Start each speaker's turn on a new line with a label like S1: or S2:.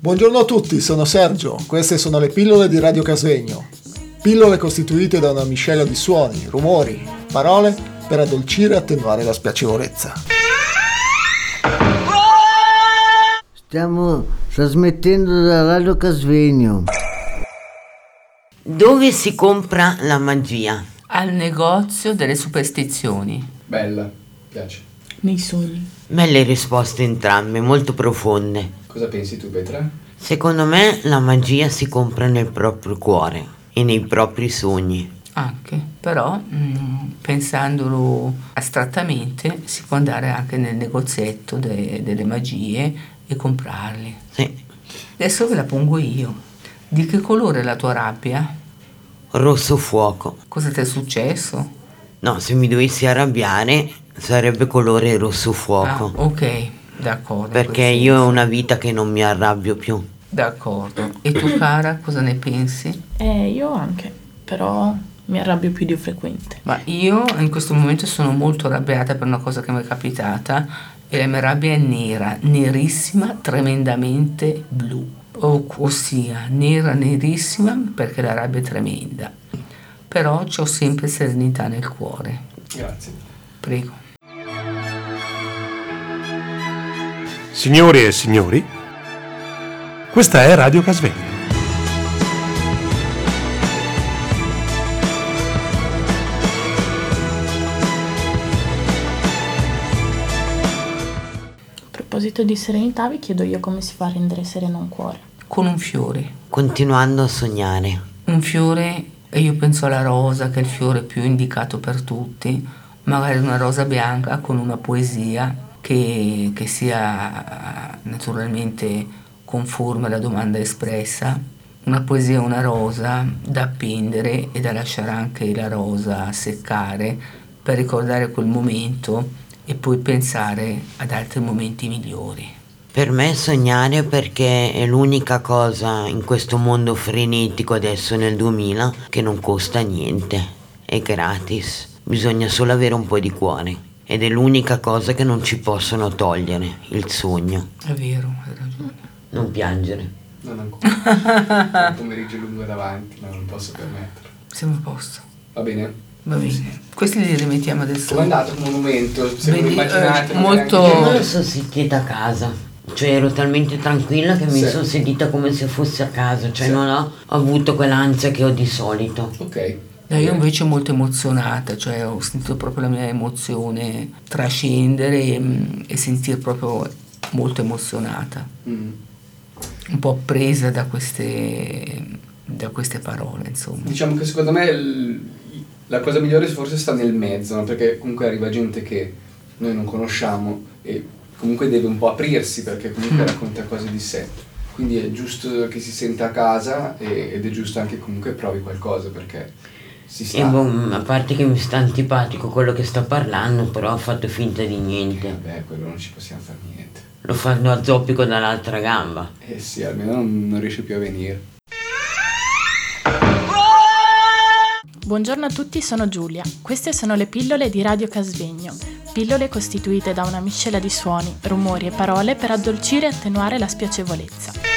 S1: Buongiorno a tutti, sono Sergio, queste sono le pillole di Radio Casvegno. Pillole costituite da una miscela di suoni, rumori, parole per addolcire e attenuare la spiacevolezza.
S2: Stiamo trasmettendo da Radio Casvegno.
S3: Dove si compra la magia?
S4: Al negozio delle superstizioni.
S5: Bella, piace.
S6: Nei sogni.
S3: Belle risposte entrambe, molto profonde.
S5: Cosa pensi tu, Petra?
S3: Secondo me la magia si compra nel proprio cuore e nei propri sogni.
S4: Anche, però mh, pensandolo astrattamente si può andare anche nel negozietto de- delle magie e comprarli.
S3: Sì.
S4: Adesso ve la pongo io. Di che colore è la tua rabbia?
S3: Rosso fuoco.
S4: Cosa ti è successo?
S3: No, se mi dovessi arrabbiare sarebbe colore rosso
S4: Ah,
S3: fuoco.
S4: ok, d'accordo.
S3: Perché
S4: questo-
S3: io ho una vita che non mi arrabbio più.
S4: D'accordo. E tu, cara, cosa ne pensi?
S6: Eh, io anche, però mi arrabbio più di frequente.
S4: Ma io in questo momento sono molto arrabbiata per una cosa che mi è capitata e la mia rabbia è nera, nerissima, tremendamente blu. O- ossia, nera, nerissima perché la rabbia è tremenda. Però ho sempre serenità nel cuore.
S5: Grazie.
S4: Prego.
S7: Signori e signori, questa è Radio Casvegno.
S6: A proposito di serenità, vi chiedo io come si fa a rendere sereno un cuore.
S4: Con un fiore.
S3: Continuando a sognare.
S4: Un fiore, e io penso alla rosa che è il fiore più indicato per tutti, magari una rosa bianca con una poesia che, che sia eh, naturalmente conforme alla domanda espressa, una poesia, una rosa da appendere e da lasciare anche la rosa seccare per ricordare quel momento e poi pensare ad altri momenti migliori.
S3: Per me sognare perché è l'unica cosa in questo mondo frenetico adesso nel 2000 che non costa niente, è gratis, bisogna solo avere un po' di cuore ed è l'unica cosa che non ci possono togliere, il sogno.
S4: È vero, hai ragione.
S3: Non piangere.
S5: Non ancora. Un pomeriggio lungo è davanti, ma non posso permetterlo.
S4: Siamo a posto.
S5: Va bene?
S4: Va bene. Questi li rimettiamo adesso.
S5: Com'è andato il monumento? Se ve lo
S4: Vedi,
S5: immaginate.
S4: eh,
S5: magari
S4: molto-
S5: anche-
S3: Io me lo sono sentita a casa. Cioè ero talmente tranquilla che mi
S5: Sì.
S3: sono sentita come se fossi a casa, cioè
S5: Sì.
S3: non ho avuto quell'ansia che ho di solito.
S5: Ok.
S4: Eh, io invece molto emozionata, cioè ho sentito proprio la mia emozione trascendere e, mm, e sentir proprio molto emozionata,
S5: Mm.
S4: un po' presa da queste, da queste parole, insomma.
S5: Diciamo che secondo me il- la cosa migliore forse sta nel mezzo, no? perché comunque arriva gente che noi non conosciamo e comunque deve un po' aprirsi perché comunque racconta cose di sé. Quindi è giusto che si senta a casa e- ed è giusto anche comunque provi qualcosa perché si
S3: E
S5: sta...
S3: boh, a parte che mi sta antipatico quello che sta parlando, però ho fatto finta di niente.
S5: Vabbè, quello non ci possiamo fare niente.
S3: Lo fanno a zoppico dall'altra gamba.
S5: Eh sì, almeno non, non riesce più a venire.
S6: Buongiorno a tutti, sono Giulia. Queste sono le pillole di Radio Casvegno. Pillole costituite da una miscela di suoni, rumori e parole per addolcire e attenuare la spiacevolezza.